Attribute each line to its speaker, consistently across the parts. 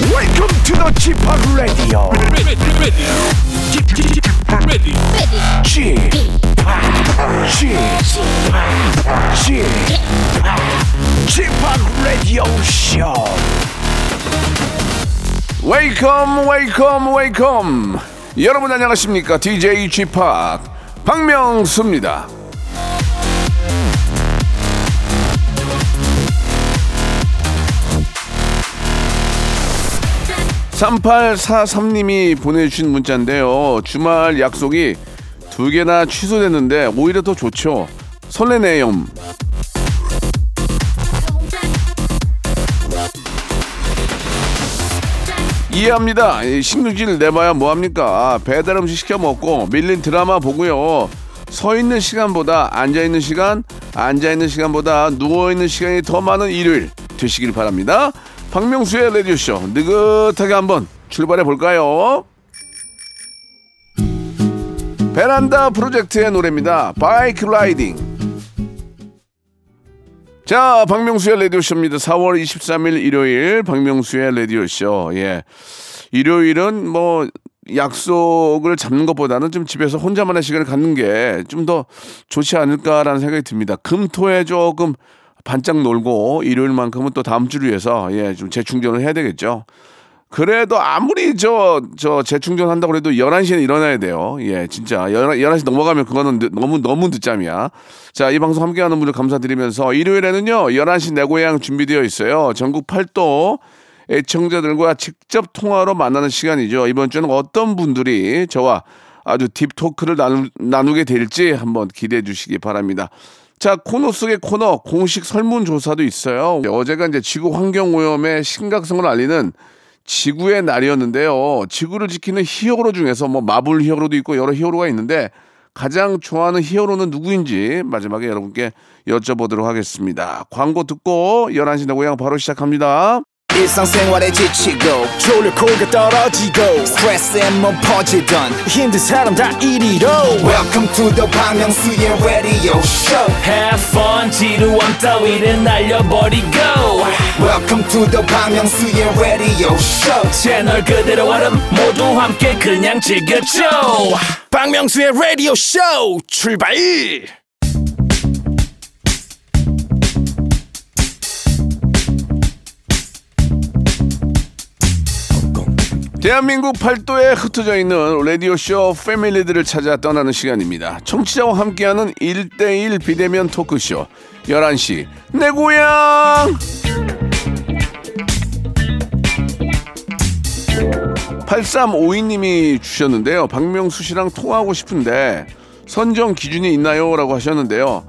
Speaker 1: to the Chip Radio.
Speaker 2: ready, ready, Keep- keep- keep ready.
Speaker 1: Chip, Chip, Chip, Chip Radio Show. Welcome, welcome, welcome. 여러분 안녕하십니까? DJ Chip 박명수입니다. (3843님이) 보내주신 문자인데요 주말 약속이 두 개나 취소됐는데 오히려 더 좋죠 설레네요 이해합니다 이 신경질 내봐야 뭐합니까 아, 배달 음식 시켜 먹고 밀린 드라마 보고요 서 있는 시간보다 앉아 있는 시간 앉아 있는 시간보다 누워 있는 시간이 더 많은 일요일 되시길 바랍니다 박명수의 라디오쇼 느긋하게 한번 출발해 볼까요? 베란다 프로젝트의 노래입니다. 바이크 라이딩. 자, 박명수의 라디오쇼입니다. 4월 23일 일요일 박명수의 라디오쇼. 예. 일요일은 뭐 약속을 잡는 것보다는 좀 집에서 혼자만의 시간을 갖는 게 좀 더 좋지 않을까라는 생각이 듭니다. 금토에 조금 반짝 놀고 일요일만큼은 또 다음 주를 위해서 예, 좀 재충전을 해야 되겠죠. 그래도 아무리 저, 저 재충전한다고 해도 11시에 일어나야 돼요. 예, 진짜. 11, 시 넘어가면 그거는 늦- 너무, 너무 늦잠이야. 자, 이 방송 함께하는 분들 감사드리면서 일요일에는요, 11시 내 고향 준비되어 있어요. 전국 8도 애청자들과 직접 통화로 만나는 시간이죠. 이번 주는 어떤 분들이 저와 아주 딥토크를 나누, 나누게 될지 한번 기대해 주시기 바랍니다. 자, 코너 속의 코너 공식 설문조사도 있어요. 어제가 이제 지구 환경오염의 심각성을 알리는 지구의 날이었는데요. 지구를 지키는 히어로 중에서 뭐 마블 히어로도 있고 여러 히어로가 있는데 가장 좋아하는 히어로는 누구인지 마지막에 여러분께 여쭤보도록 하겠습니다. 광고 듣고 11시 내 고향 바로 시작합니다.
Speaker 3: 일상생활에 지치고, 졸려 코가 떨어지고, 스트레스에 몸 퍼지던, 힘든 사람 다 이리로. welcome to the Bang Myung-soo's radio show
Speaker 4: Have fun 지루함 따위를 날려버리고
Speaker 3: welcome to the Bang Myung-soo's radio show
Speaker 4: 채널 그대로 얼음 모두 함께 그냥 즐겨줘
Speaker 3: 박명수의 라디오 쇼 출발
Speaker 1: 대한민국 팔도에 흩어져 있는 라디오쇼 패밀리들을 찾아 떠나는 시간입니다. 청취자와 함께하는 1대1 비대면 토크쇼 11시 내 고향 8352님이 주셨는데요. 박명수 씨랑 통화하고 싶은데 선정 기준이 있나요? 라고 하셨는데요.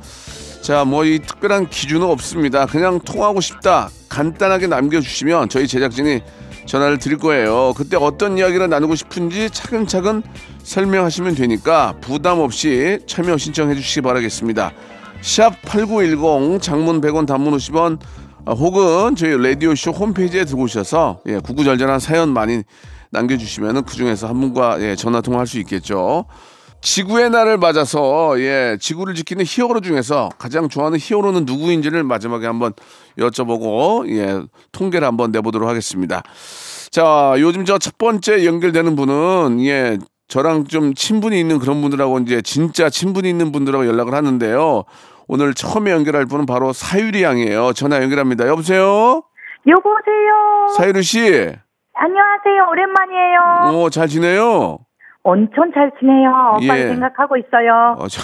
Speaker 1: 자, 뭐 이 특별한 기준은 없습니다. 그냥 통화하고 싶다. 간단하게 남겨주시면 저희 제작진이 전화를 드릴 거예요. 그때 어떤 이야기를 나누고 싶은지 차근차근 설명하시면 되니까 부담 없이 참여 신청해 주시기 바라겠습니다. 샵 8910 장문 100원 단문 50원 아, 혹은 저희 라디오쇼 홈페이지에 들어오셔서 예, 구구절절한 사연 많이 남겨주시면 그 중에서 한 분과 예, 전화 통화할 수 있겠죠. 지구의 날을 맞아서 예 지구를 지키는 히어로 중에서 가장 좋아하는 히어로는 누구인지를 마지막에 한번 여쭤보고 예 통계를 한번 내보도록 하겠습니다. 자 요즘 저 첫 번째 연결되는 분은 예 저랑 좀 친분이 있는 그런 분들하고 이제 진짜 친분이 있는 분들하고 연락을 하는데요. 오늘 처음에 연결할 분은 바로 사유리 양이에요. 전화 연결합니다. 여보세요,
Speaker 5: 여보세요.
Speaker 1: 사유리 씨.
Speaker 5: 안녕하세요. 오랜만이에요.
Speaker 1: 어 잘 지내요?
Speaker 5: 온천 잘 지내요. 오빠
Speaker 1: 예.
Speaker 5: 를 생각하고 있어요.
Speaker 1: 어, 저,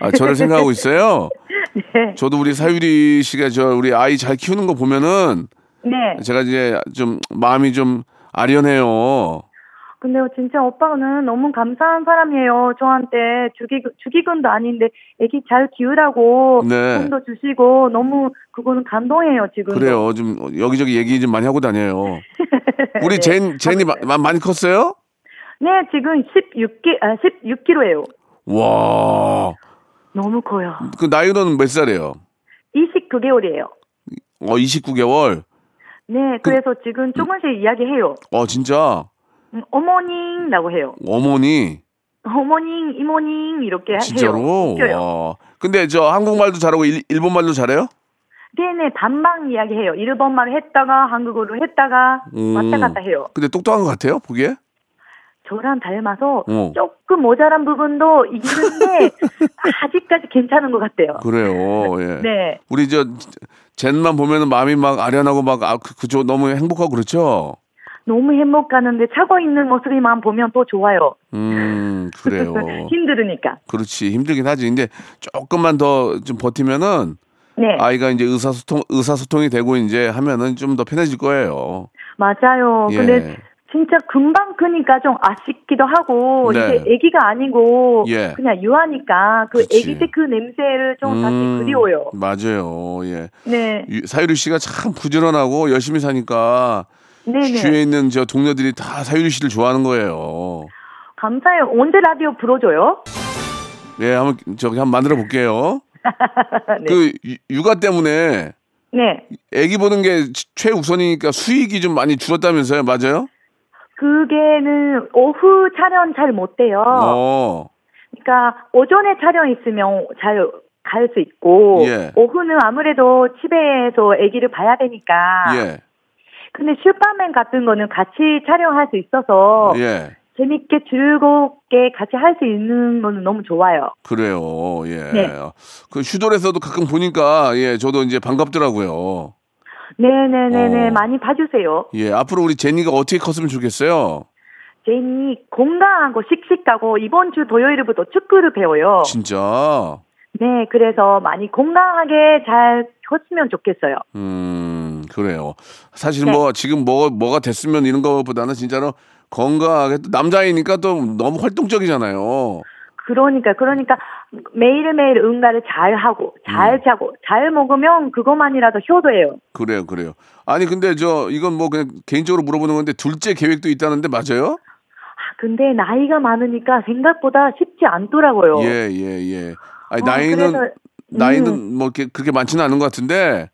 Speaker 1: 아, 저를 생각하고 있어요.
Speaker 5: 네.
Speaker 1: 저도 우리 사유리 씨가 저 우리 아이 잘 키우는 거 보면은
Speaker 5: 네.
Speaker 1: 제가 어, 이제 좀 마음이 좀 아련해요.
Speaker 5: 근데 진짜 오빠는 너무 감사한 사람이에요. 저한테 주기 주기근도 아닌데 애기 잘 키우라고
Speaker 1: 네.
Speaker 5: 돈도 주시고 너무 그거는 감동해요 지금.
Speaker 1: 그래요. 좀 여기저기 얘기 좀 많이 하고 다녀요. 우리
Speaker 5: 네.
Speaker 1: 젠 젠이 마- 마- 많이 컸어요?
Speaker 5: 네 지금 16기 아 16kg예요.
Speaker 1: 와.
Speaker 5: 너무 커요.
Speaker 1: 그 나이로는 몇 살이에요?
Speaker 5: 29개월이에요.
Speaker 1: 어, 29개월.
Speaker 5: 네 그래서 지금 조금씩 이야기해요.
Speaker 1: 어, 진짜
Speaker 5: 음, 어머님이라고 해요.
Speaker 1: 어머니
Speaker 5: 어머님 이모님 이렇게 해요.
Speaker 1: 진짜로.
Speaker 5: 네, 웃겨요.
Speaker 1: 와. 근데 저 한국말도 잘하고 일, 본말도 잘해요?
Speaker 5: 내내 반방 이야기해요. 일본말 했다가 한국어로 했다가
Speaker 1: 음.
Speaker 5: 왔다 갔다 해요.
Speaker 1: 근데 똑똑한 것 같아요, 보기에?
Speaker 5: 저랑 닮아서
Speaker 1: 어.
Speaker 5: 조금 모자란 부분도 있는데 아직까지 괜찮은 것 같아요.
Speaker 1: 그래요, 예.
Speaker 5: 네.
Speaker 1: 우리 저, 젠만 보면은 마음이 막 아련하고 막, 아, 그, 그죠. 너무 행복하고 그렇죠?
Speaker 5: 너무 행복하는데 차고 있는 모습만 보면 또 좋아요.
Speaker 1: 음, 그래요.
Speaker 5: 힘들으니까.
Speaker 1: 그렇지. 힘들긴 하지. 근데 조금만 더 좀 버티면은
Speaker 5: 네.
Speaker 1: 아이가 이제 의사소통, 의사소통이 되고 이제 하면은 좀 더 편해질 거예요.
Speaker 5: 맞아요.
Speaker 1: 예.
Speaker 5: 근데 진짜 금방 크니까 좀 아쉽기도 하고
Speaker 1: 네.
Speaker 5: 이게 아기가 아니고
Speaker 1: 예.
Speaker 5: 그냥 유아니까 그
Speaker 1: 그치.
Speaker 5: 아기 때 그 냄새를 좀
Speaker 1: 음,
Speaker 5: 다시 그리워요.
Speaker 1: 맞아요. 예.
Speaker 5: 네.
Speaker 1: 유- 사유리 씨가 참 부지런하고 열심히 사니까
Speaker 5: 네네.
Speaker 1: 주위에 있는 저 동료들이 다 사유리 씨를 좋아하는 거예요.
Speaker 5: 감사해요. 언제 라디오 불어줘요?
Speaker 1: 예, 한번 저기 한번 만들어 볼게요.
Speaker 5: 네.
Speaker 1: 그 유- 육아 때문에
Speaker 5: 네.
Speaker 1: 애기 보는 게 치- 최우선이니까 수익이 좀 많이 줄었다면서요, 맞아요?
Speaker 5: 그게는 오후 촬영 잘 못 돼요.
Speaker 1: 어,
Speaker 5: 그러니까 오전에 촬영 있으면 잘 갈 수 있고
Speaker 1: 예.
Speaker 5: 오후는 아무래도 집에서 아기를 봐야 되니까.
Speaker 1: 예,
Speaker 5: 근데 슈퍼맨 같은 거는 같이 촬영할 수 있어서
Speaker 1: 예,
Speaker 5: 재밌게 즐겁게 같이 할 수 있는 거는 너무 좋아요.
Speaker 1: 그래요, 예.
Speaker 5: 네.
Speaker 1: 그 휴돌에서도 가끔 보니까 예, 저도 이제 반갑더라고요.
Speaker 5: 네네네네
Speaker 1: 어.
Speaker 5: 많이 봐주세요.
Speaker 1: 예, 앞으로 우리 제니가 어떻게 컸으면 좋겠어요.
Speaker 5: 제니 건강하고 씩씩하고 이번 주 토요일부터 축구를 배워요.
Speaker 1: 진짜.
Speaker 5: 네 그래서 많이 건강하게 잘 컸으면 좋겠어요.
Speaker 1: 음, 그래요. 사실
Speaker 5: 네.
Speaker 1: 뭐 지금 뭐 뭐가 됐으면 이런 것보다는 진짜로 건강하게 또 남자이니까 또 너무 활동적이잖아요.
Speaker 5: 그러니까 그러니까 매일매일 응가를 잘 하고 잘
Speaker 1: 음.
Speaker 5: 자고 잘 먹으면 그것만이라도 효도예요.
Speaker 1: 그래요, 그래요. 아니 근데 저 이건 뭐 그냥 개인적으로 물어보는 건데 둘째 계획도 있다는데 맞아요?
Speaker 5: 아, 근데 나이가 많으니까 생각보다 쉽지 않더라고요.
Speaker 1: 예, 예, 예. 아니
Speaker 5: 어,
Speaker 1: 나이는
Speaker 5: 그래서,
Speaker 1: 나이는
Speaker 5: 음,
Speaker 1: 뭐 이렇게 그렇게 많지는 않은 것 같은데.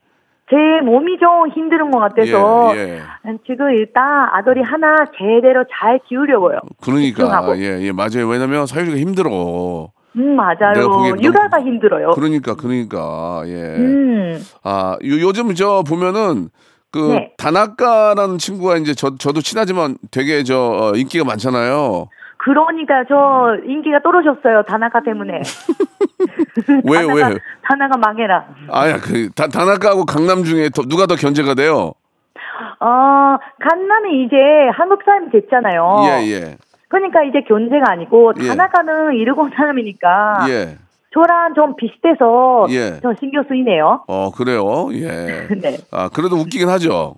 Speaker 5: 제 몸이 좀 힘든 것 같아서
Speaker 1: 예, 예.
Speaker 5: 지금 일단 아들이 하나 제대로 잘 키우려고요.
Speaker 1: 그러니까
Speaker 5: 집중하고.
Speaker 1: 예, 예, 맞아요. 왜냐면 사유리가 힘들어.
Speaker 5: 음
Speaker 1: 내가
Speaker 5: 맞아요.
Speaker 1: 보기엔
Speaker 5: 육아가 힘들어요.
Speaker 1: 그러니까, 그러니까 예.
Speaker 5: 음
Speaker 1: 아, 요, 요즘 저 보면은 그
Speaker 5: 네.
Speaker 1: 다나카라는 친구가 이제 저 저도 친하지만 되게 저 어, 인기가 많잖아요.
Speaker 5: 그러니까 저 인기가 떨어졌어요 다나카 때문에.
Speaker 1: 왜 왜?
Speaker 5: 다나카, 다나카 망해라.
Speaker 1: 아야 그 다, 다나카하고 강남 중에 더, 누가 더 견제가 돼요?
Speaker 5: 어 간남이 이제 한국 사람이 됐잖아요.
Speaker 1: 예 예.
Speaker 5: 그러니까 이제 견제가 아니고
Speaker 1: 예.
Speaker 5: 다나카는 일본 사람이니까
Speaker 1: 예.
Speaker 5: 저랑 좀 비슷해서
Speaker 1: 예.
Speaker 5: 저 신경 쓰이네요.
Speaker 1: 어 그래요. 예.
Speaker 5: 네.
Speaker 1: 아 그래도 웃기긴 하죠.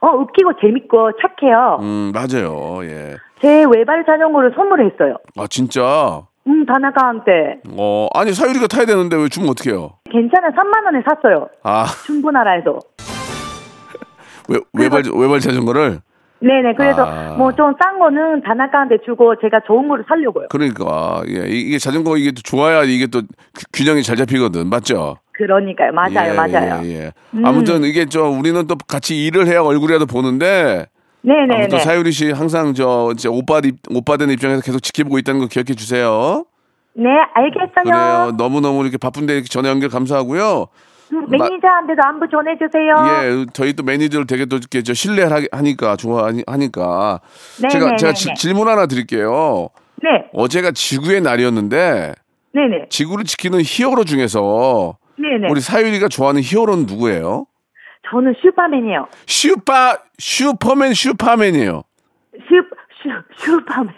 Speaker 5: 어 웃기고 재밌고 착해요.
Speaker 1: 음 맞아요. 예.
Speaker 5: 제 외발 자전거를 선물했어요.
Speaker 1: 아 진짜.
Speaker 5: 음 다나카한테
Speaker 1: 어 아니 사유리가 타야 되는데 왜 주면 어떻게 해요?
Speaker 5: 괜찮아 3만 원에 샀어요.
Speaker 1: 아
Speaker 5: 중고나라에서.
Speaker 1: 외, 외발 외발 자전거를
Speaker 5: 네네 그래서
Speaker 1: 아.
Speaker 5: 뭐 좀 싼 거는 다나카한테 주고 제가 좋은 거를 살려고요.
Speaker 1: 그러니까 예 이- 이게 자전거 이게 또 좋아야 이게 또 균- 균형이 잘 잡히거든 맞죠?
Speaker 5: 그러니까요 맞아요
Speaker 1: 예,
Speaker 5: 맞아요. 음.
Speaker 1: 예, 예. 아무튼 이게 저 우리는 또 같이 일을 해야 얼굴이라도 보는데
Speaker 5: 네네네.
Speaker 1: 아무튼 사유리 씨 항상 저 이제 오빠 입, 오빠 되는 입장에서 계속 지켜보고 있다는 거 기억해 주세요.
Speaker 5: 네 알겠어요.
Speaker 1: 그래요. 너무 너무 이렇게 바쁜데 이렇게 전화 연결 감사하고요.
Speaker 5: 음, 매니저한테도 안부 전해주세요.
Speaker 1: 예, 저희 또 매니저를 되게 또 이렇게 저 신뢰하니까 좋아하니까
Speaker 5: 네,
Speaker 1: 제가
Speaker 5: 네,
Speaker 1: 제가
Speaker 5: 네,
Speaker 1: 지-
Speaker 5: 네.
Speaker 1: 질문 하나 드릴게요.
Speaker 5: 네
Speaker 1: 어제가 지구의 날이었는데
Speaker 5: 네네
Speaker 1: 지구를 지키는 히어로 중에서
Speaker 5: 네네.
Speaker 1: 우리 사유리가 좋아하는 히어로는 누구예요?
Speaker 5: 저는 슈퍼맨이에요.
Speaker 1: 슈퍼 슈퍼맨 슈퍼맨이에요.
Speaker 5: 슈, 슈, 슈퍼맨.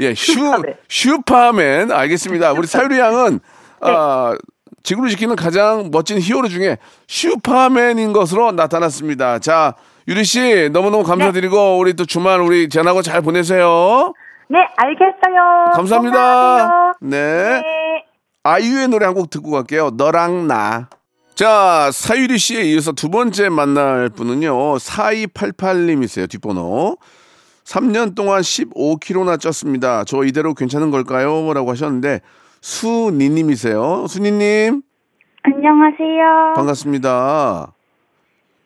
Speaker 1: 예, 슈,
Speaker 5: 슈퍼맨.
Speaker 1: 슈퍼맨. 네. 알겠습니다. 우리 사유리 양은, 아, 지구를 지키는 가장 멋진 히어로 중에 슈퍼맨인 것으로 나타났습니다. 자, 유리 씨, 너무너무 감사드리고, 우리 또 주말 우리 젠하고 잘 보내세요.
Speaker 5: 네, 알겠어요.
Speaker 1: 감사합니다.
Speaker 5: 건강하세요.
Speaker 1: 네.
Speaker 5: 네.
Speaker 1: 아이유의 노래 한 곡 듣고 갈게요. 너랑 나. 자, 사유리 씨에 이어서 두 번째 만날 분은요. 4288님이세요. 뒷번호. 3년 동안 15kg나 쪘습니다. 저 이대로 괜찮은 걸까요? 라고 하셨는데 수니 님이세요. 수니 님
Speaker 6: 안녕하세요.
Speaker 1: 반갑습니다.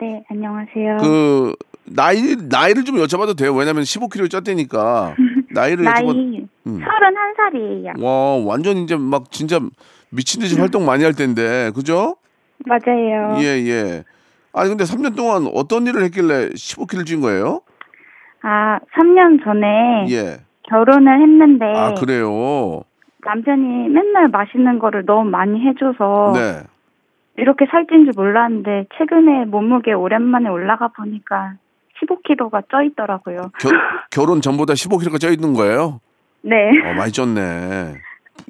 Speaker 6: 네, 안녕하세요.
Speaker 1: 그 나이 나이를 좀 여쭤봐도 돼요. 왜냐면 15kg 쪘대니까. 나이를 여쭤봐.
Speaker 6: 나이
Speaker 1: 음.
Speaker 6: 31살이에요.
Speaker 1: 와, 완전 이제 막 진짜 미친 듯이 활동 많이 할 텐데. 그죠?
Speaker 6: 맞아요.
Speaker 1: 예, 예. 아니, 근데 3년 동안 어떤 일을 했길래 15kg 찐 거예요?
Speaker 6: 아, 3년 전에
Speaker 1: 예.
Speaker 6: 결혼을 했는데
Speaker 1: 아, 그래요?
Speaker 6: 남편이 맨날 맛있는 거를 너무 많이 해줘서
Speaker 1: 네.
Speaker 6: 이렇게 살찐 줄 몰랐는데 최근에 몸무게 오랜만에 올라가 보니까 15kg가 쪄 있더라고요.
Speaker 1: 겨, 결혼 전보다 15kg가 쪄 있는 거예요?
Speaker 6: 네.
Speaker 1: 어, 많이 쪘네.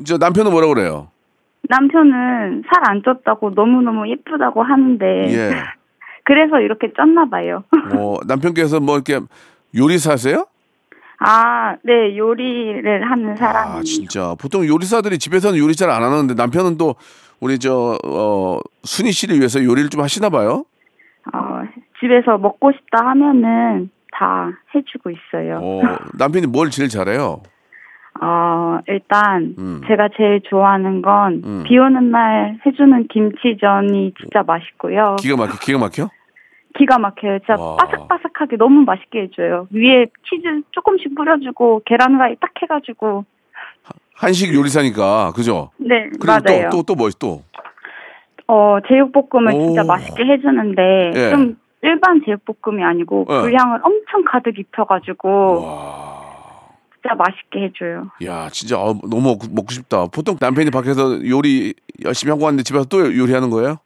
Speaker 1: 저 남편은 뭐라 그래요?
Speaker 6: 남편은 살 안 쪘다고 너무너무 예쁘다고 하는데
Speaker 1: 예.
Speaker 6: 그래서 이렇게 쪘나 봐요.
Speaker 1: 뭐 남편께서 뭐 이렇게 요리사세요?
Speaker 6: 아, 네, 요리를 하는 사람이.
Speaker 1: 아, 진짜. 보통 요리사들이 집에서는 요리 잘 안 하는데 남편은 또 우리 저, 어, 순희 씨를 위해서 요리를 좀 하시나 봐요?
Speaker 6: 어, 집에서 먹고 싶다 하면은 다 해주고 있어요.
Speaker 1: 어, 남편이 뭘 제일 잘해요?
Speaker 6: 어, 일단
Speaker 1: 음.
Speaker 6: 제가 제일 좋아하는 건
Speaker 1: 음.
Speaker 6: 비 오는 날 해주는 김치전이 진짜 맛있고요.
Speaker 1: 기가 막혀, 기가 막혀?
Speaker 6: 기가 막혀요. 진짜
Speaker 1: 와.
Speaker 6: 바삭바삭하게 너무 맛있게 해줘요. 위에 치즈 조금씩 뿌려주고 계란 후라이 딱 해가지고
Speaker 1: 한식 요리사니까, 그죠?
Speaker 6: 네
Speaker 1: 그리고
Speaker 6: 맞아요.
Speaker 1: 또, 또, 또 뭐, 또.
Speaker 6: 어 제육볶음을
Speaker 1: 오.
Speaker 6: 진짜 맛있게 해주는데
Speaker 1: 예.
Speaker 6: 좀 일반 제육볶음이 아니고
Speaker 1: 예.
Speaker 6: 불향을 엄청 가득 입혀가지고
Speaker 1: 와.
Speaker 6: 진짜 맛있게 해줘요.
Speaker 1: 야, 진짜 아, 너무 먹고, 먹고 싶다. 보통 남편이 밖에서 요리 열심히 하고 왔는데 집에서 또 요리하는 거예요?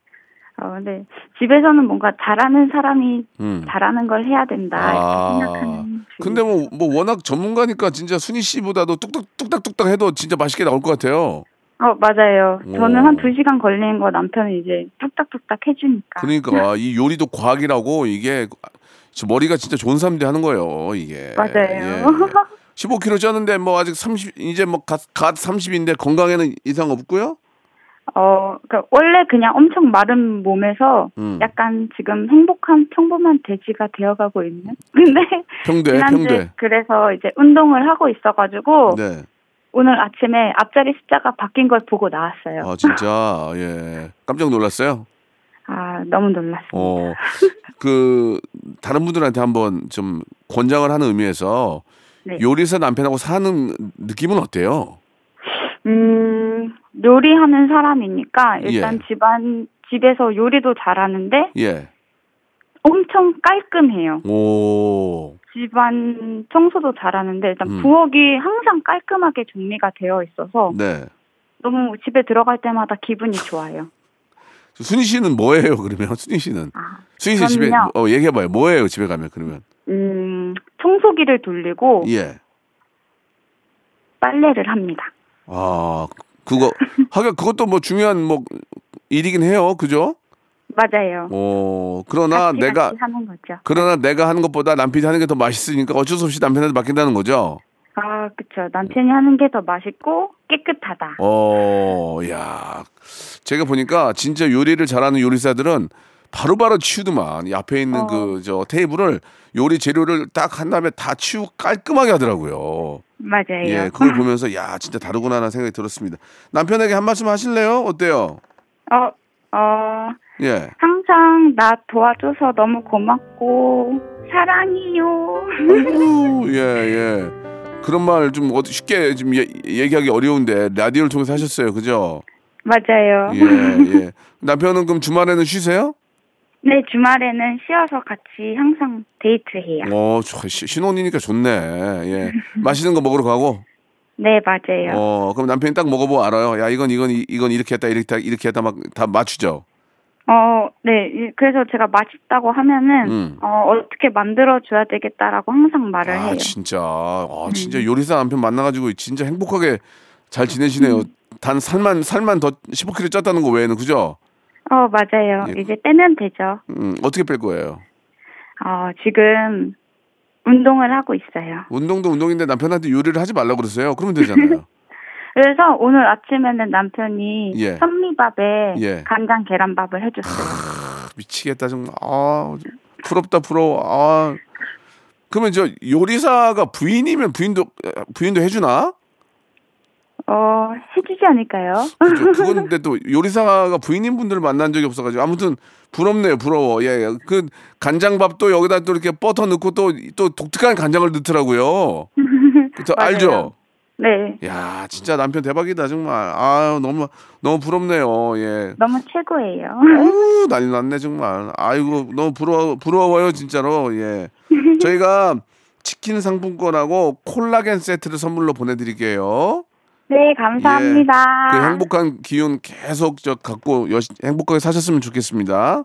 Speaker 6: 어, 네. 집에서는 뭔가 잘하는 사람이
Speaker 1: 음.
Speaker 6: 잘하는 걸 해야 된다
Speaker 1: 아.
Speaker 6: 이렇게 생각하는.
Speaker 1: 근데 뭐, 뭐 워낙 전문가니까 진짜 순희 씨보다도 뚝딱 뚝딱 뚝딱 해도 진짜 맛있게 나올 것 같아요.
Speaker 6: 어 맞아요.
Speaker 1: 오.
Speaker 6: 저는 한 두 시간 걸리는 거 남편이 이제 뚝딱뚝딱 해주니까.
Speaker 1: 그러니까 이 요리도 과학이라고 이게 진짜 머리가 진짜 좋은 사람들이 하는 거예요. 예. 이게
Speaker 6: 맞아요.
Speaker 1: 15kg 쪘는데 뭐 아직 30 이제 뭐갓 갓 30인데 건강에는 이상 없고요.
Speaker 6: 어, 그러니까 원래 그냥 엄청 마른 몸에서
Speaker 1: 음.
Speaker 6: 약간 지금 행복한 평범한 돼지가 되어가고 있는. 근데
Speaker 1: 평대
Speaker 6: 지난주
Speaker 1: 네, 평대.
Speaker 6: 그래서 이제 운동을 하고 있어가지고
Speaker 1: 네.
Speaker 6: 오늘 아침에 앞자리 숫자가 바뀐 걸 보고 나왔어요.
Speaker 1: 아 진짜 예 깜짝 놀랐어요.
Speaker 6: 아 너무 놀랐습니다.
Speaker 1: 어, 어그 다른 분들한테 한번 좀 권장을 하는 의미에서
Speaker 6: 네.
Speaker 1: 요리사 남편하고 사는 느낌은 어때요?
Speaker 6: 음 요리하는 사람이니까 일단
Speaker 1: 예.
Speaker 6: 집안 집에서 요리도 잘하는데
Speaker 1: 예.
Speaker 6: 엄청 깔끔해요.
Speaker 1: 오.
Speaker 6: 집안 청소도 잘하는데 일단
Speaker 1: 음.
Speaker 6: 부엌이 항상 깔끔하게 정리가 되어 있어서
Speaker 1: 네.
Speaker 6: 너무 집에 들어갈 때마다 기분이 좋아요.
Speaker 1: 순희 씨는 뭐예요? 그러면 순희 씨는
Speaker 6: 아,
Speaker 1: 순희 씨 집에
Speaker 6: 저는요.
Speaker 1: 어 얘기해봐요. 뭐예요? 집에 가면 그러면
Speaker 6: 음, 청소기를 돌리고
Speaker 1: 예.
Speaker 6: 빨래를 합니다.
Speaker 1: 아 그거 하긴 그것도 뭐 중요한 뭐 일이긴 해요. 그죠?
Speaker 6: 맞아요.
Speaker 1: 어 그러나
Speaker 6: 같이
Speaker 1: 내가
Speaker 6: 같이 하는 거죠.
Speaker 1: 그러나 내가 하는 것보다 남편이 하는 게 더 맛있으니까 어쩔 수 없이 남편한테 맡긴다는 거죠.
Speaker 6: 아, 그쵸. 남편이 하는 게 더 맛있고 깨끗하다.
Speaker 1: 어, 야. 제가 보니까 진짜 요리를 잘하는 요리사들은 바로바로 치우더만. 이 앞에 있는
Speaker 6: 어.
Speaker 1: 그, 저, 테이블을 요리 재료를 딱 한 다음에 다 치우고 깔끔하게 하더라고요.
Speaker 6: 맞아요.
Speaker 1: 예, 그걸 보면서, 야, 진짜 다르구나 하는 생각이 들었습니다. 남편에게 한 말씀 하실래요? 어때요?
Speaker 6: 어, 어,
Speaker 1: 예.
Speaker 6: 항상 나 도와줘서 너무 고맙고 사랑해요.
Speaker 1: 아이고, 예, 예. 그런 말 좀 쉽게 좀 예- 얘기하기 어려운데, 라디오를 통해서 하셨어요. 그죠?
Speaker 6: 맞아요.
Speaker 1: 예, 예. 남편은 그럼 주말에는 쉬세요?
Speaker 6: 네, 주말에는 쉬어서 같이 항상 데이트해요.
Speaker 1: 어, 좋- 시- 신혼이니까 좋네. 예. 맛있는 거 먹으러 가고.
Speaker 6: 네, 맞아요.
Speaker 1: 어, 그럼 남편이 딱 먹어보고 알아요. 야, 이건 이건 이- 이건 이렇게 했다, 이렇게 했다, 이렇게 했다 막 다 맞추죠.
Speaker 6: 어, 네. 이- 그래서 제가 맛있다고 하면은
Speaker 1: 음.
Speaker 6: 어, 어떻게 만들어 줘야 되겠다라고 항상 말을
Speaker 1: 아,
Speaker 6: 네, 해요. 음.
Speaker 1: 진짜. 아, 진짜 요리사 남편 만나가지고 진짜 행복하게 잘 지내시네요.
Speaker 6: 음.
Speaker 1: 단 살만 살만 더 15kg 쪘다는 거 외에는 그죠?
Speaker 6: 어, 맞아요.
Speaker 1: 예.
Speaker 6: 이제 떼면 되죠.
Speaker 1: 음, 어떻게 뺄 거예요?
Speaker 6: 어, 지금 운동을 하고 있어요.
Speaker 1: 운동도 운동인데 남편한테 요리를 하지 말라고 그러세요. 그러면 되잖아요.
Speaker 6: 그래서 오늘 아침에는 남편이
Speaker 1: 예.
Speaker 6: 현미밥에
Speaker 1: 예.
Speaker 6: 간장 계란밥을 해줬어요.
Speaker 1: 미치겠다 정말. 아, 부럽다 부러워. 아. 그러면 저 요리사가 부인이면 부인도 부인도 해주나? 아.
Speaker 6: 어, 해주지 않을까요?
Speaker 1: 그죠. 그건 근데 또 요리사가 부인인 분들을 만난 적이 없어가지고 아무튼 부럽네요 부러워 예그 간장밥도 여기다 또 이렇게 버터 넣고 또 또 독특한 간장을 넣더라고요 그래서
Speaker 6: 맞아요.
Speaker 1: 알죠
Speaker 6: 네.
Speaker 1: 야, 진짜 남편 대박이다 정말. 아, 너무 너무 부럽네요. 예.
Speaker 6: 너무 최고예요.
Speaker 1: 어우, 난리 났네 정말. 아이고 너무 부러워 부러워요 진짜로. 예. 저희가 치킨 상품권하고 콜라겐 세트를 선물로 보내드릴게요.
Speaker 6: 네, 감사합니다.
Speaker 1: 그 행복한 기운 계속 저 갖고 여시, 행복하게 사셨으면 좋겠습니다.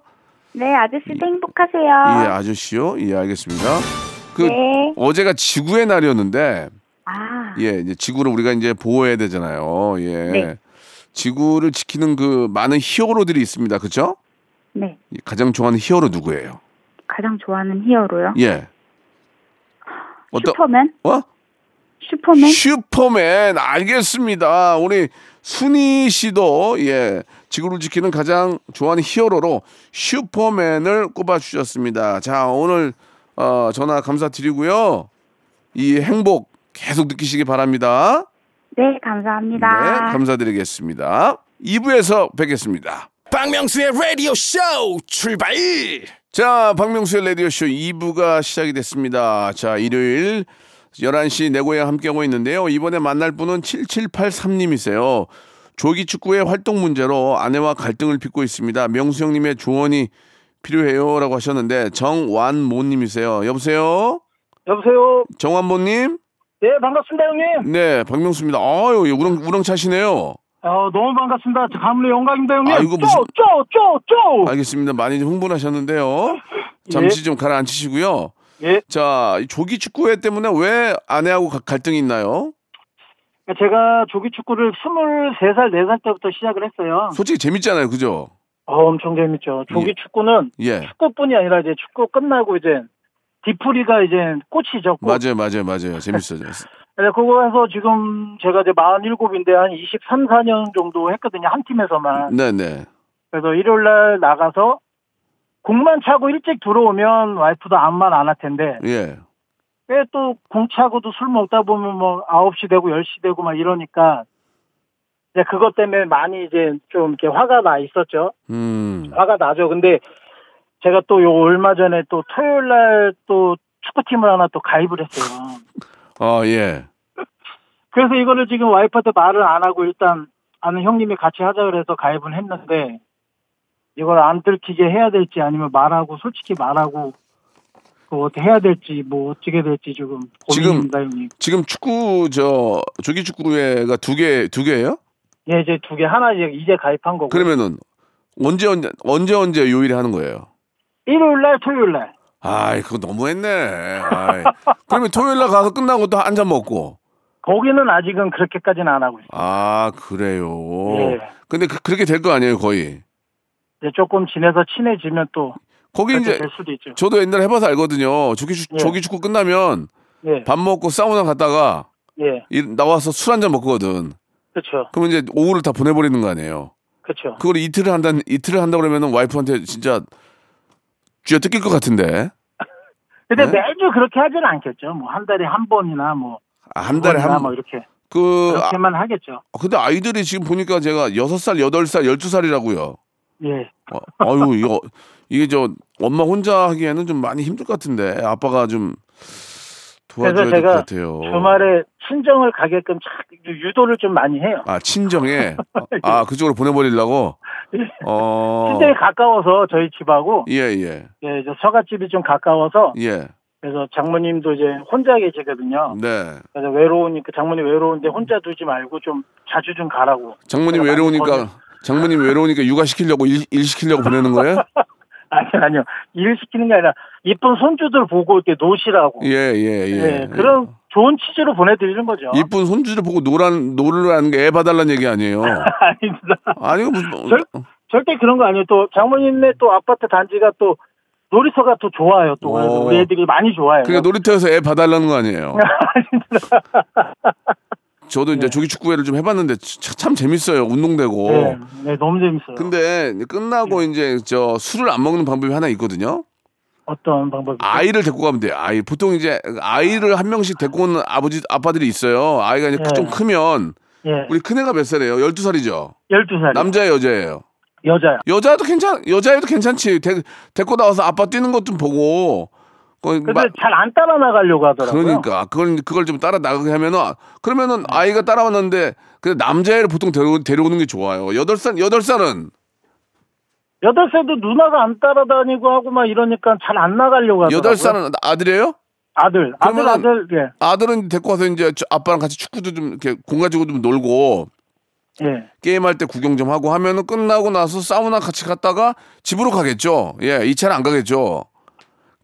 Speaker 6: 네, 아저씨도 행복하세요.
Speaker 1: 예, 아저씨요. 예, 알겠습니다. 그
Speaker 6: 네.
Speaker 1: 어제가 지구의 날이었는데
Speaker 6: 아,
Speaker 1: 예, 이제 지구를 우리가 이제 보호해야 되잖아요. 예.
Speaker 6: 네.
Speaker 1: 지구를 지키는 그 많은 히어로들이 있습니다. 그렇죠?
Speaker 6: 네.
Speaker 1: 가장 좋아하는 히어로 누구예요?
Speaker 6: 가장 좋아하는 히어로요.
Speaker 1: 예. 어떤
Speaker 6: 슈퍼맨? 네.
Speaker 1: 어?
Speaker 6: 슈퍼맨?
Speaker 1: 슈퍼맨 알겠습니다. 우리 순희 씨도 예 지구를 지키는 가장 좋아하는 히어로로 슈퍼맨을 꼽아 주셨습니다. 자 오늘 어, 전화 감사드리고요. 이 행복 계속 느끼시기 바랍니다.
Speaker 6: 네,
Speaker 1: 네
Speaker 6: 감사합니다.
Speaker 1: 감사드리겠습니다. 2부에서 뵙겠습니다.
Speaker 4: 박명수의 라디오 쇼 출발
Speaker 1: 자, 박명수의 라디오쇼 2부가 시작이 됐습니다. 자, 일요일 11시 내 고향 함께하고 있는데요. 이번에 만날 분은 7783님이세요. 조기 축구의 활동 문제로 아내와 갈등을 빚고 있습니다. 명수 형님의 조언이 필요해요. 라고 하셨는데, 정완모님이세요. 여보세요?
Speaker 7: 여보세요.
Speaker 1: 정완모님?
Speaker 7: 네 반갑습니다 형님.
Speaker 1: 네, 박명수입니다. 아유, 우렁, 우렁차시네요.
Speaker 7: 어, 너무 반갑습니다. 저 가물의 영광입니다 형님.
Speaker 1: 아이고, 무슨-
Speaker 7: 쪼쪼쪼쪼.
Speaker 1: 알겠습니다. 많이 좀 흥분하셨는데요. 잠시 좀 가라앉히시고요.
Speaker 7: 예.
Speaker 1: 자, 이 조기 축구회 때문에 왜 아내하고 가- 갈등이 있나요? 아-
Speaker 7: 제가 조기 축구를 23살 4살 때부터 시작을 했어요.
Speaker 1: 솔직히 재밌잖아요, 그죠?
Speaker 7: 어, 엄청 재밌죠. 조기
Speaker 1: 예.
Speaker 7: 축구는
Speaker 1: 예,
Speaker 7: 축구뿐이 아니라 이제 축구 끝나고 이제 뒤풀이가 이제 꽃이죠. 꽃.
Speaker 1: 맞아요, 맞아요, 맞아요. 재밌어요.
Speaker 7: 네, 그거 해서 지금 제가 이제 47인데 한 23, 4년 정도 했거든요. 한 팀에서만.
Speaker 1: 네, 네.
Speaker 7: 그래서 일요일 날 나가서 공만 차고 일찍 들어오면 와이프도 아무 말 안 할 텐데
Speaker 1: 예,
Speaker 7: 왜 또 공차고도 술 먹다 보면 뭐 9시 되고 10시 되고 막 이러니까 이제 그것 때문에 많이 이제 좀 이렇게 화가 나 있었죠.
Speaker 1: 음,
Speaker 7: 화가 나죠. 근데 제가 또 요 얼마 전에 또 토요일 날 또 축구팀을 하나 또 가입을 했어요.
Speaker 1: 아, 예,
Speaker 7: 그래서 이거를 지금 와이프한테 말을 안 하고 일단 아는 형님이 같이 하자 그래서 가입을 했는데 이걸 안 들키게 해야 될지 아니면 말하고 솔직히 말하고 그 어떻게 해야 될지 뭐 어떻게 될지 지금
Speaker 1: 지금-
Speaker 7: 고민입니다 형님.
Speaker 1: 지금 축구 저 조기 축구회가 두 개 두 개예요?
Speaker 7: 예, 이제 두 개 하나 이제, 이제 가입한 거고.
Speaker 1: 그러면은 언제 언제 언제 언제 요일에 하는 거예요?
Speaker 7: 일요일 날, 토요일 날.
Speaker 1: 아이, 그거 너무했네. 아이. 그러면 토요일 날 가서 끝나고 또 한 잔 먹고.
Speaker 7: 거기는 아직은 그렇게까지는 안 하고 있어요.
Speaker 1: 아, 그래요.
Speaker 7: 예.
Speaker 1: 근데 그, 그렇게 될 거 아니에요, 거의.
Speaker 7: 이제 조금 지내서 친해지면 또
Speaker 1: 거기
Speaker 7: 그렇게
Speaker 1: 이제
Speaker 7: 될 수도 있죠.
Speaker 1: 저도 옛날에 해봐서 알거든요. 조기, 축-
Speaker 7: 예.
Speaker 1: 조기 축구 끝나면
Speaker 7: 예,
Speaker 1: 밥 먹고 사우나 갔다가
Speaker 7: 예,
Speaker 1: 일- 나와서 술 한 잔 먹거든.
Speaker 7: 그렇죠,
Speaker 1: 그러면 이제 오후를 다 보내버리는 거 아니에요.
Speaker 7: 그렇죠.
Speaker 1: 그걸 이틀을 한다 이틀을 한다 그러면은 와이프한테 진짜 쥐어 뜯길 것 같은데
Speaker 7: 근데
Speaker 1: 네?
Speaker 7: 매주 그렇게 하지는 않겠죠. 뭐 한 달에 한 번이나 뭐 한
Speaker 1: 아, 한 달에
Speaker 7: 뭐
Speaker 1: 한그
Speaker 7: 이렇게
Speaker 1: 아,
Speaker 7: 그렇게만 하겠죠.
Speaker 1: 근데 아이들이 지금 보니까 제가 여섯 살 여덟 살 열두 살이라고요.
Speaker 7: 예,
Speaker 1: 어, 아유 이거 이게 저 엄마 혼자 하기에는 좀 많이 힘들 것 같은데 아빠가 좀 도와줘야
Speaker 7: 그래서
Speaker 1: 될 것
Speaker 7: 제가
Speaker 1: 같아요.
Speaker 7: 주말에 친정을 가게끔 착 유도를 좀 많이 해요.
Speaker 1: 아 친정에 아 그쪽으로 보내버리려고 어
Speaker 7: 친정이 가까워서 저희 집하고
Speaker 1: 예 예,
Speaker 7: 예, 이제 서갓집이 좀 가까워서
Speaker 1: 예.
Speaker 7: 그래서 장모님도 이제 혼자 계시거든요.
Speaker 1: 네.
Speaker 7: 그래서 외로우니까 장모님 외로운데 혼자 두지 말고 좀 자주 좀 가라고.
Speaker 1: 장모님
Speaker 7: 제가 많이
Speaker 1: 외로우니까 장모님 외로우니까 육아 시키려고 일, 일 시키려고 보내는 거예요?
Speaker 7: 아니 아니요 일 시키는 게 아니라 이쁜 손주들 보고 이렇게 노시라고.
Speaker 1: 예, 예,
Speaker 7: 예,
Speaker 1: 예.
Speaker 7: 그런 좋은 취지로 보내드리는 거죠.
Speaker 1: 이쁜 손주를 보고 노란 노르라는 게 애 봐달라는 얘기 아니에요.
Speaker 7: 아닙니다.
Speaker 1: 아니 이거 무슨 뭐,
Speaker 7: 절, 절대 그런 거 아니에요. 또 장모님네 또 아파트 단지가 또 놀이터가 또 좋아요. 또 그래서
Speaker 1: 오.
Speaker 7: 우리 애들이 많이 좋아해요.
Speaker 1: 그러니까 놀이터에서 애 봐달라는 거 아니에요. 저도 이제 조기 축구회를 좀 해봤는데 차- 참 재밌어요. 운동되고.
Speaker 7: 네, 네, 너무 재밌어요.
Speaker 1: 근데 끝나고 이제 저 술을 안 먹는 방법이 하나 있거든요.
Speaker 7: 어떤 방법이?
Speaker 1: 아이를 데리고 가면 돼요. 아이 보통 이제 아이를 한 명씩 데리고 오는 아버지 아빠들이 있어요. 아이가 이제
Speaker 7: 예.
Speaker 1: 좀 크면
Speaker 7: 예,
Speaker 1: 우리 큰애가 몇 살이에요? 12살이죠.
Speaker 7: 12살.
Speaker 1: 남자예요, 여자예요?
Speaker 7: 여자요.
Speaker 1: 여자도 괜찮, 여자애도 괜찮지. 데, 데리고 나와서 아빠 뛰는 것 좀 보고, 그
Speaker 7: 근데
Speaker 1: 마-
Speaker 7: 잘 안 따라 나가려고 하더라고요. 네.
Speaker 1: 그러니까 그걸 그걸 좀 따라 나가게 하면은 그러면은 아이가 따라왔는데 그 남자애를 보통 데려, 데려오는 게 좋아요. 여덟 살 여덟 살은
Speaker 7: 여덟 살도 누나가 안 따라다니고 하고 막 이러니까 잘 안 나가려고 하더라고요.
Speaker 1: 여덟 살은 아들이에요?
Speaker 7: 아들, 아들,
Speaker 1: 그러면은-
Speaker 7: 아들, 예,
Speaker 1: 아들은 데리고 와서 이제 저- 아빠랑 같이 축구도 좀 이렇게 공 가지고 좀 놀고
Speaker 7: 예.
Speaker 1: 게임할 때 구경 좀 하고 하면은 끝나고 나서 사우나 같이 갔다가 집으로 가겠죠. 예, 이 차는 안 가겠죠.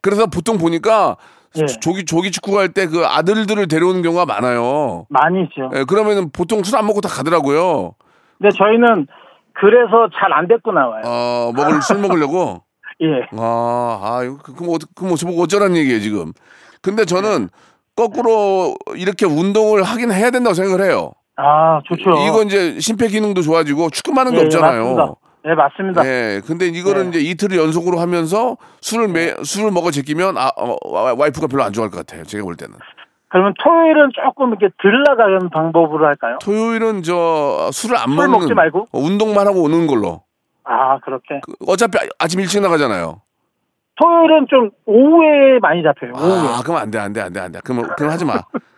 Speaker 1: 그래서 보통 보니까
Speaker 7: 예.
Speaker 1: 조- 조기 조기 축구 할 때 그 아들들을 데려오는 경우가 많아요.
Speaker 7: 많이 있죠.
Speaker 1: 예, 그러면은 보통 술 안 먹고 다 가더라고요.
Speaker 7: 근데 저희는 그래서 잘 안 데리고 나와요.
Speaker 1: 어, 먹을 술 먹으려고.
Speaker 7: 예.
Speaker 1: 아, 아, 이거 그, 그럼, 어그 뭐, 저보고 어쩌란 얘기예요, 지금. 근데 저는 거꾸로 이렇게 운동을 하긴 해야 된다고 생각을 해요.
Speaker 7: 아, 좋죠.
Speaker 1: 이거 이제 심폐 기능도 좋아지고 축구만 하는 게
Speaker 7: 예, 예,
Speaker 1: 없잖아요.
Speaker 7: 맞습니다. 예, 맞습니다.
Speaker 1: 예, 근데 이거는
Speaker 7: 예.
Speaker 1: 이제 이틀을 연속으로 하면서 술을 매,
Speaker 7: 네.
Speaker 1: 술을 먹어 제끼면 아, 어, 와- 와이프가 별로 안 좋아할 것 같아요. 제가 볼 때는.
Speaker 7: 그러면 토요일은 조금 이렇게 들 나가는 방법으로 할까요?
Speaker 1: 토요일은 저 술을 안
Speaker 7: 술
Speaker 1: 먹는
Speaker 7: 먹지 말고?
Speaker 1: 어, 운동만 하고 오는 걸로.
Speaker 7: 아, 그렇게.
Speaker 1: 그, 어차피 아- 아침 일찍 나가잖아요.
Speaker 7: 토요일은 좀 오후에 많이 잡혀요. 오후에.
Speaker 1: 아, 그럼 안 돼, 안 돼, 안 돼, 안 돼. 그럼 그럼 하지 마.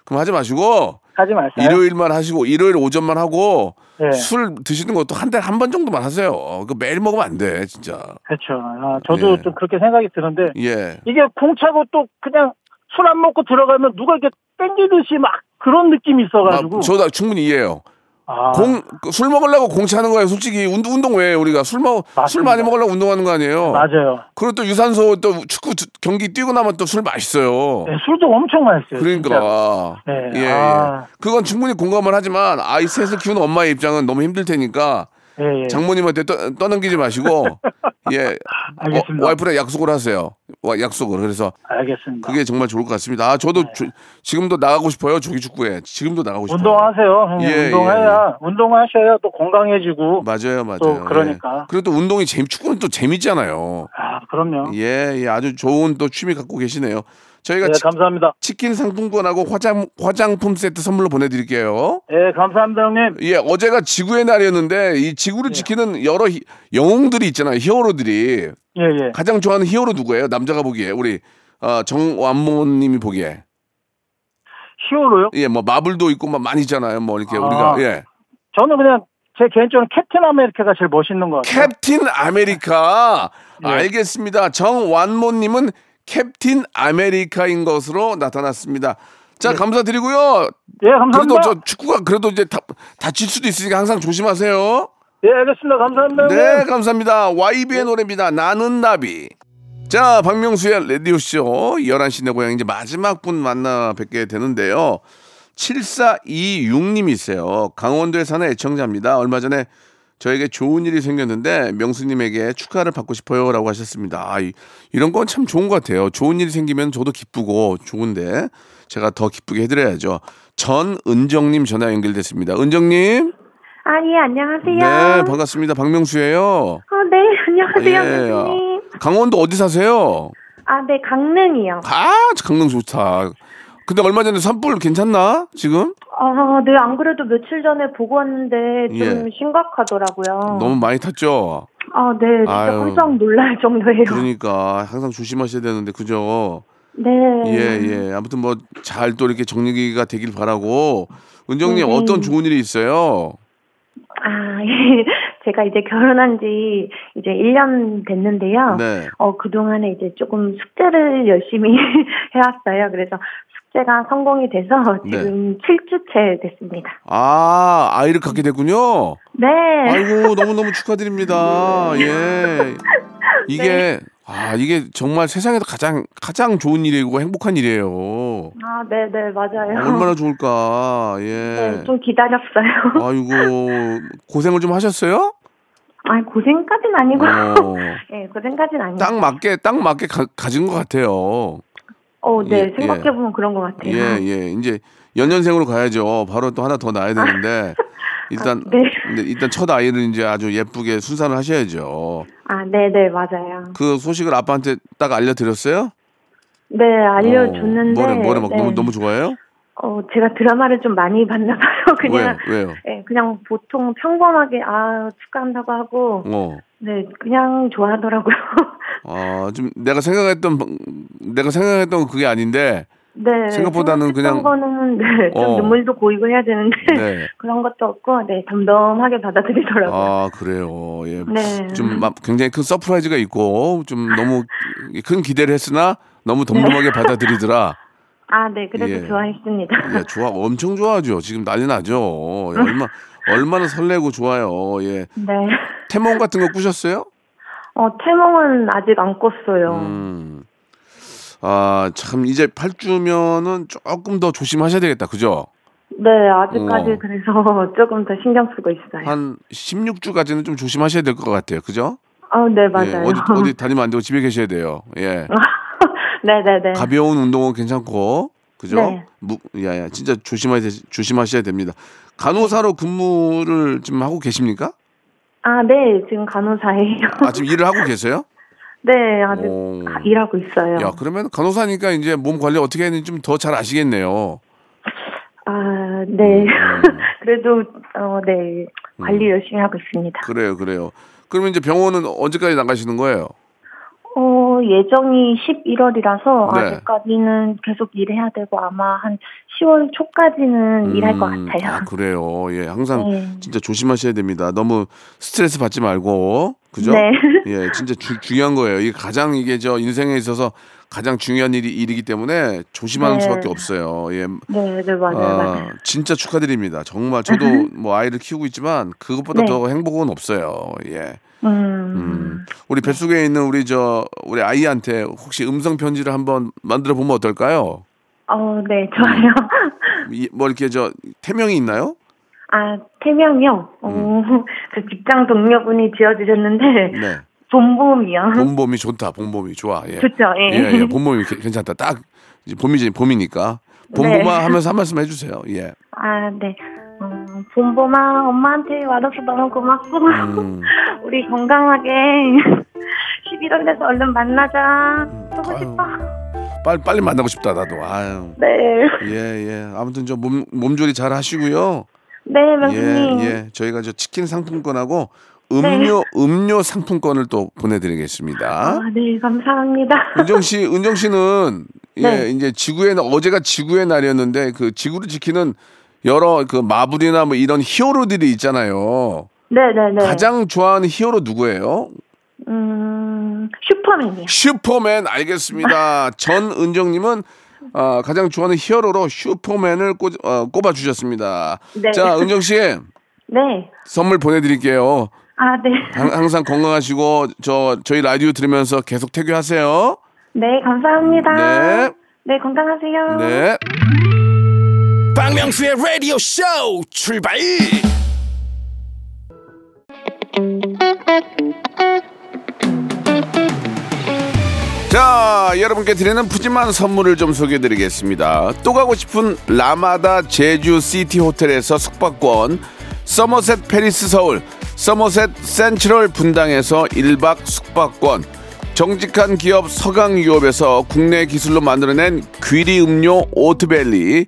Speaker 1: 그럼 하지 마시고
Speaker 7: 하지 말까요?
Speaker 1: 일요일만 하시고 일요일 오전만 하고
Speaker 7: 예.
Speaker 1: 술 드시는 것도 한 달에 한 번 정도만 하세요. 그 매일 먹으면 안 돼, 진짜.
Speaker 7: 그렇죠. 아, 저도
Speaker 1: 예.
Speaker 7: 좀 그렇게 생각이 드는데
Speaker 1: 예.
Speaker 7: 이게 공차고 또 그냥 술 안 먹고 들어가면 누가 이렇게 땡기듯이 막 그런 느낌이 있어가지고.
Speaker 1: 아, 저도 충분히 이해해요.
Speaker 7: 아,
Speaker 1: 공, 그술 먹으려고 공차는 거예요, 솔직히. 운, 운동 왜 우리가 술 먹, 술
Speaker 7: 맞습니다.
Speaker 1: 많이 먹으려고 운동하는 거 아니에요?
Speaker 7: 맞아요.
Speaker 1: 그리고 또 유산소 또 축구 두- 경기 뛰고 나면 또 술 맛있어요.
Speaker 7: 예, 술도 엄청 맛있어요. 진짜.
Speaker 1: 그러니까.
Speaker 7: 네,
Speaker 1: 예,
Speaker 7: 아.
Speaker 1: 예. 그건 충분히 공감을 하지만 아이 셋을 키우는 엄마의 입장은 너무 힘들 테니까
Speaker 7: 예, 예.
Speaker 1: 장모님한테 떠, 떠넘기지 마시고 예.
Speaker 7: 알겠습니다.
Speaker 1: 어, 와이프랑 약속을 하세요. 와, 약속을. 그래서
Speaker 7: 알겠습니다.
Speaker 1: 그게 정말 좋을 것 같습니다. 아, 저도 조- 지금도 나가고 싶어요. 조기 축구에. 지금도 나가고 싶어요.
Speaker 7: 네. 운동하세요. 형님.
Speaker 1: 예,
Speaker 7: 운동해야 운동하셔야 또 건강해지고.
Speaker 1: 맞아요, 맞아요.
Speaker 7: 또 그러니까.
Speaker 1: 예. 그리고 또 운동이 재미, 축구는 또 재밌잖아요.
Speaker 7: 아, 그럼요.
Speaker 1: 예, 예, 아주 좋은 또 취미 갖고 계시네요. 저희가
Speaker 7: 예,
Speaker 1: 치,
Speaker 7: 감사합니다.
Speaker 1: 치킨 상품권하고 화장 화장품 세트 선물로 보내드릴게요.
Speaker 7: 예, 감사합니다, 형님.
Speaker 1: 예, 어제가 지구의 날이었는데 이 지구를
Speaker 7: 네.
Speaker 1: 지키는 여러 히- 영웅들이 있잖아요. 히어로들이
Speaker 7: 예, 예.
Speaker 1: 가장 좋아하는 히어로 누구예요? 남자가 보기에 우리 어, 정완모님이 보기에
Speaker 7: 히어로요?
Speaker 1: 예, 뭐 마블도 있고 막 많이 있잖아요. 뭐 이렇게
Speaker 7: 아.
Speaker 1: 우리가 예,
Speaker 7: 저는 그냥 제 개인적으로 캡틴 아메리카가 제일 멋있는 것 같아요.
Speaker 1: 캡틴 아메리카.
Speaker 7: 예.
Speaker 1: 알겠습니다. 정완모님은 캡틴 아메리카인 것으로 나타났습니다. 자, 감사드리고요.
Speaker 7: 예, 감사합니다.
Speaker 1: 그래도 저 축구가 그래도 이제 다, 다칠 수도 있으니까 항상 조심하세요.
Speaker 7: 예, 알겠습니다. 감사합니다.
Speaker 1: 네, 감사합니다.
Speaker 5: 네.
Speaker 1: YB의 노래입니다. 나는 나비. 자, 박명수의 라디오쇼 11시 내 고향 이제 마지막 분 만나 뵙게 되는데요. 7426님이 있어요. 강원도에 사는 애청자입니다. 얼마 전에 저에게 좋은 일이 생겼는데 명수님에게 축하를 받고 싶어요라고 하셨습니다. 아, 이- 이런 건 참 좋은 것 같아요. 좋은 일이 생기면 저도 기쁘고 좋은데 제가 더 기쁘게 해드려야죠. 전은정님 전화 연결됐습니다. 은정님,
Speaker 5: 아, 예, 안녕하세요.
Speaker 1: 네 반갑습니다. 박명수예요.
Speaker 5: 어, 네, 안녕하세요,
Speaker 1: 예.
Speaker 5: 선생님.
Speaker 1: 강원도 어디 사세요?
Speaker 5: 아, 네, 강릉이요.
Speaker 1: 아, 강릉 좋다. 근데 얼마 전에 산불 괜찮나? 지금?
Speaker 5: 아, 네, 안 그래도 며칠 전에 보고 왔는데 좀
Speaker 1: 예.
Speaker 5: 심각하더라고요.
Speaker 1: 너무 많이 탔죠?
Speaker 5: 아, 네, 진짜
Speaker 1: 아유.
Speaker 5: 깜짝 놀랄 정도예요.
Speaker 1: 그러니까 항상 조심하셔야 되는데, 그죠?
Speaker 5: 네.
Speaker 1: 예, 예. 아무튼 뭐 잘 또 이렇게 정리가 되길 바라고. 은정님,
Speaker 5: 네.
Speaker 1: 어떤 좋은 일이 있어요?
Speaker 5: 아, 예. 제가 이제 결혼한 지 이제 1년 됐는데요.
Speaker 1: 네.
Speaker 5: 어, 그동안에 이제 조금 숙제를 열심히 해왔어요. 그래서 숙제가 성공이 돼서
Speaker 1: 네.
Speaker 5: 지금 7주째 됐습니다.
Speaker 1: 아, 아이를 갖게 됐군요.
Speaker 5: 네.
Speaker 1: 아이고, 너무너무 축하드립니다. 예. 이게,
Speaker 5: 네.
Speaker 1: 아, 이게 정말 세상에서 가장, 가장 좋은 일이고 행복한 일이에요.
Speaker 5: 아, 네, 네, 맞아요.
Speaker 1: 얼마나 좋을까. 예.
Speaker 5: 네, 좀 기다렸어요.
Speaker 1: 아이고 고생을 좀 하셨어요?
Speaker 5: 아, 고생까진 아니고.
Speaker 1: 어,
Speaker 5: 예, 고생까진 아니고.
Speaker 1: 딱 맞게 딱 맞게 가, 가진 것 같아요.
Speaker 5: 어,
Speaker 1: 예,
Speaker 5: 네, 생각해보면 그런 것 같아요.
Speaker 1: 예 예. 이제 연년생으로 가야죠. 바로 또 하나 더 낳아야 되는데 일단
Speaker 5: 네.
Speaker 1: 근데 일단 첫 아이를 이제 아주 예쁘게 순산을 하셔야죠.
Speaker 5: 아, 네, 네, 맞아요.
Speaker 1: 그 소식을 아빠한테 딱 알려드렸어요?
Speaker 5: 네, 알려줬는데.
Speaker 1: 어, 뭐래 뭐래 막
Speaker 5: 네.
Speaker 1: 너무 너무 좋아해요?
Speaker 5: 어, 제가 드라마를 좀 많이 봤나 봐요. 그냥
Speaker 1: 왜요? 왜요?
Speaker 5: 예, 그냥 보통 평범하게 아, 축하한다고 하고
Speaker 1: 어.
Speaker 5: 네, 그냥 좋아하더라고요.
Speaker 1: 아, 좀 내가 생각했던 방- 내가 생각했던 그게 아닌데.
Speaker 5: 네.
Speaker 1: 생각보다는 그냥-
Speaker 5: 생각했던 거는 네, 좀
Speaker 1: 어.
Speaker 5: 눈물도 고이고 해야 되는데
Speaker 1: 네.
Speaker 5: 그런 것도 없고 네, 덤덤하게 받아들이더라고요.
Speaker 1: 아, 그래요. 예.
Speaker 5: 네.
Speaker 1: 좀 막 굉장히 큰 서프라이즈가 있고 좀 너무 큰 기대를 했으나 너무
Speaker 5: 네.
Speaker 1: 덤덤하게 받아들이더라.
Speaker 5: 아, 네. 그래도
Speaker 1: 예.
Speaker 5: 좋아했습니다.
Speaker 1: 예, 좋아, 엄청 좋아하죠. 지금 난리 나죠. 예, 얼마 얼마나 설레고 좋아요. 예,
Speaker 5: 네.
Speaker 1: 태몽 같은 거 꾸셨어요?
Speaker 5: 어, 태몽은 아직 안 꿨어요.
Speaker 1: 음. 아, 참 이제 8주면은 조금 더 조심하셔야 되겠다. 그죠?
Speaker 5: 네, 아직까지
Speaker 1: 어.
Speaker 5: 그래서 조금 더 신경 쓰고 있어요.
Speaker 1: 한 16주까지는 좀 조심하셔야 될 것 같아요. 그죠?
Speaker 5: 아, 네, 맞아요.
Speaker 1: 예, 어디 어디 다니면 안 되고 집에 계셔야 돼요. 예.
Speaker 5: 네, 네, 네.
Speaker 1: 가벼운 운동은 괜찮고. 그죠?
Speaker 5: 네.
Speaker 1: 무, 야야, 진짜 조심하 조심하셔야 됩니다. 간호사로 근무를 지금 하고 계십니까?
Speaker 5: 아, 네, 지금 간호사예요.
Speaker 1: 아, 지금 일을 하고 계세요?
Speaker 5: 네, 아직
Speaker 1: 오.
Speaker 5: 일하고 있어요.
Speaker 1: 야, 그러면 간호사니까 이제 몸 관리 어떻게 했는지 좀 더 잘 아시겠네요.
Speaker 5: 아, 네.
Speaker 1: 음.
Speaker 5: 그래도 어, 네. 관리 열심히 하고 있습니다.
Speaker 1: 그래요, 그래요. 그러면 이제 병원은 언제까지 나가시는 거예요?
Speaker 5: 어, 예정이 11월이라서
Speaker 1: 네.
Speaker 5: 아직까지는 계속 일해야 되고 아마 한 10월 초까지는 일할 것
Speaker 1: 음,
Speaker 5: 같아요.
Speaker 1: 아, 그래요. 예, 항상
Speaker 5: 네.
Speaker 1: 진짜 조심하셔야 됩니다. 너무 스트레스 받지 말고. 그죠?
Speaker 5: 네.
Speaker 1: 예, 진짜 주- 중요한 거예요. 이게 가장 이게 저 인생에 있어서 가장 중요한 일이 일이기 때문에 조심하는
Speaker 5: 네.
Speaker 1: 수밖에 없어요. 예.
Speaker 5: 네, 네, 맞아요. 맞아요.
Speaker 1: 진짜 축하드립니다. 정말 저도 뭐 아이를 키우고 있지만 그것보다
Speaker 5: 네.
Speaker 1: 더 행복은 없어요. 예.
Speaker 5: 음.
Speaker 1: 음. 우리 뱃속에 있는 우리 저 우리 아이한테 혹시 음성 편지를 한번 만들어 보면 어떨까요?
Speaker 5: 어, 네, 좋아요.
Speaker 1: 이- 뭐 이렇게 저 태명이 있나요?
Speaker 5: 아, 태명이요? 어, 그 직장 동료분이 지어주셨는데,
Speaker 1: 음. 네.
Speaker 5: 봄봄이요.
Speaker 1: 봄봄이 좋다. 봄봄이 좋아. 예.
Speaker 5: 좋죠, 예.
Speaker 1: 예, 예. 봄봄이 괜- 괜찮다. 딱 이제 봄이지 봄이니까. 봄봄아
Speaker 5: 네.
Speaker 1: 하면서 한 말씀 해 주세요. 예.
Speaker 5: 아, 네. 어, 봄봄아, 엄마한테 와줘서 너무 고맙고,
Speaker 1: 음.
Speaker 5: 우리 건강하게 11월 돼서 얼른 만나자. 보고
Speaker 1: 아유.
Speaker 5: 싶어.
Speaker 1: 빨리 빨리 만나고 싶다 나도. 아유.
Speaker 5: 네.
Speaker 1: 예, 예. 아무튼 저 몸 몸조리 잘 하시고요.
Speaker 5: 네,
Speaker 1: 예,
Speaker 5: 명수님. 네.
Speaker 1: 예. 저희가 저 치킨 상품권하고 음료 음료 상품권을 또 보내 드리겠습니다.
Speaker 5: 아, 네, 감사합니다.
Speaker 1: 은정 씨, 은정 씨는 예,
Speaker 5: 네.
Speaker 1: 이제 지구의 날- 어제가 지구의 날이었는데 그 지구를 지키는 여러 그 마블이나 뭐 이런 히어로들이 있잖아요.
Speaker 5: 네, 네, 네.
Speaker 1: 가장 좋아하는 히어로 누구예요?
Speaker 5: 음, 슈퍼맨이요.
Speaker 1: 슈퍼맨 알겠습니다. 전 은정님은 아, 가장 좋아하는 히어로로 슈퍼맨을 꽂, 아 주셨습니다.
Speaker 5: 네.
Speaker 1: 자, 은정 씨
Speaker 5: 네.
Speaker 1: 선물 보내드릴게요.
Speaker 5: 아, 네.
Speaker 1: 항- 항상 건강하시고 저 저희 라디오 들으면서 계속 태교하세요.
Speaker 5: 네, 감사합니다.
Speaker 1: 네.
Speaker 5: 네, 건강하세요.
Speaker 1: 네.
Speaker 4: 박명수의 라디오 쇼 출발
Speaker 1: 자, 여러분께 드리는 푸짐한 선물을 좀 소개해 드리겠습니다. 또 가고 싶은 라마다 제주 시티 호텔에서 숙박권, 서머셋 페리스 서울, 서머셋 센트럴 분당에서 1박 숙박권, 정직한 기업 서강유업에서 국내 기술로 만들어낸 귀리 음료 오트밸리,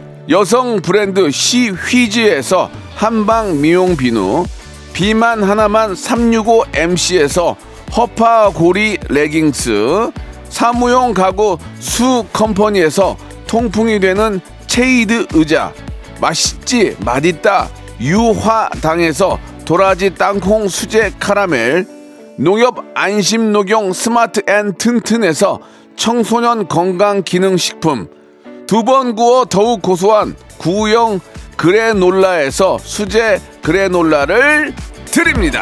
Speaker 1: 여성 브랜드 시휘즈에서 한방 미용 비누 비만 하나만 365MC에서 허파고리 레깅스 사무용 가구 수 컴퍼니에서 통풍이 되는 체이드 의자 맛있지 맛있다 유화당에서 도라지 땅콩 수제 카라멜 농협 안심 녹용 스마트 앤 튼튼에서 청소년 건강 기능 식품 두 번 구워 더욱 고소한 구형 그래놀라에서 수제 그래놀라를 드립니다.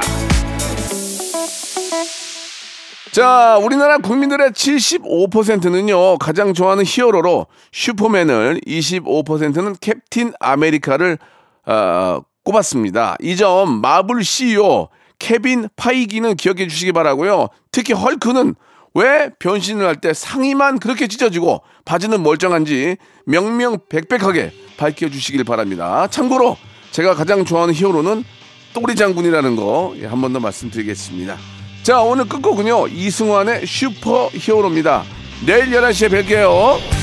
Speaker 1: 자, 우리나라 국민들의 75%는요, 가장 좋아하는 히어로로 슈퍼맨을, 25%는 캡틴 아메리카를, 어, 꼽았습니다. 이 점 마블 CEO 케빈 파이기는 기억해 주시기 바라고요 특히 헐크는 왜 변신을 할 때 상의만 그렇게 찢어지고 바지는 멀쩡한지 명명백백하게 밝혀 주시길 바랍니다. 참고로 제가 가장 좋아하는 히어로는 또리 장군이라는 거 예, 한 번 더 말씀드리겠습니다. 자, 오늘 끝곡은요. 이승환의 슈퍼 히어로입니다. 내일 11시에 뵐게요.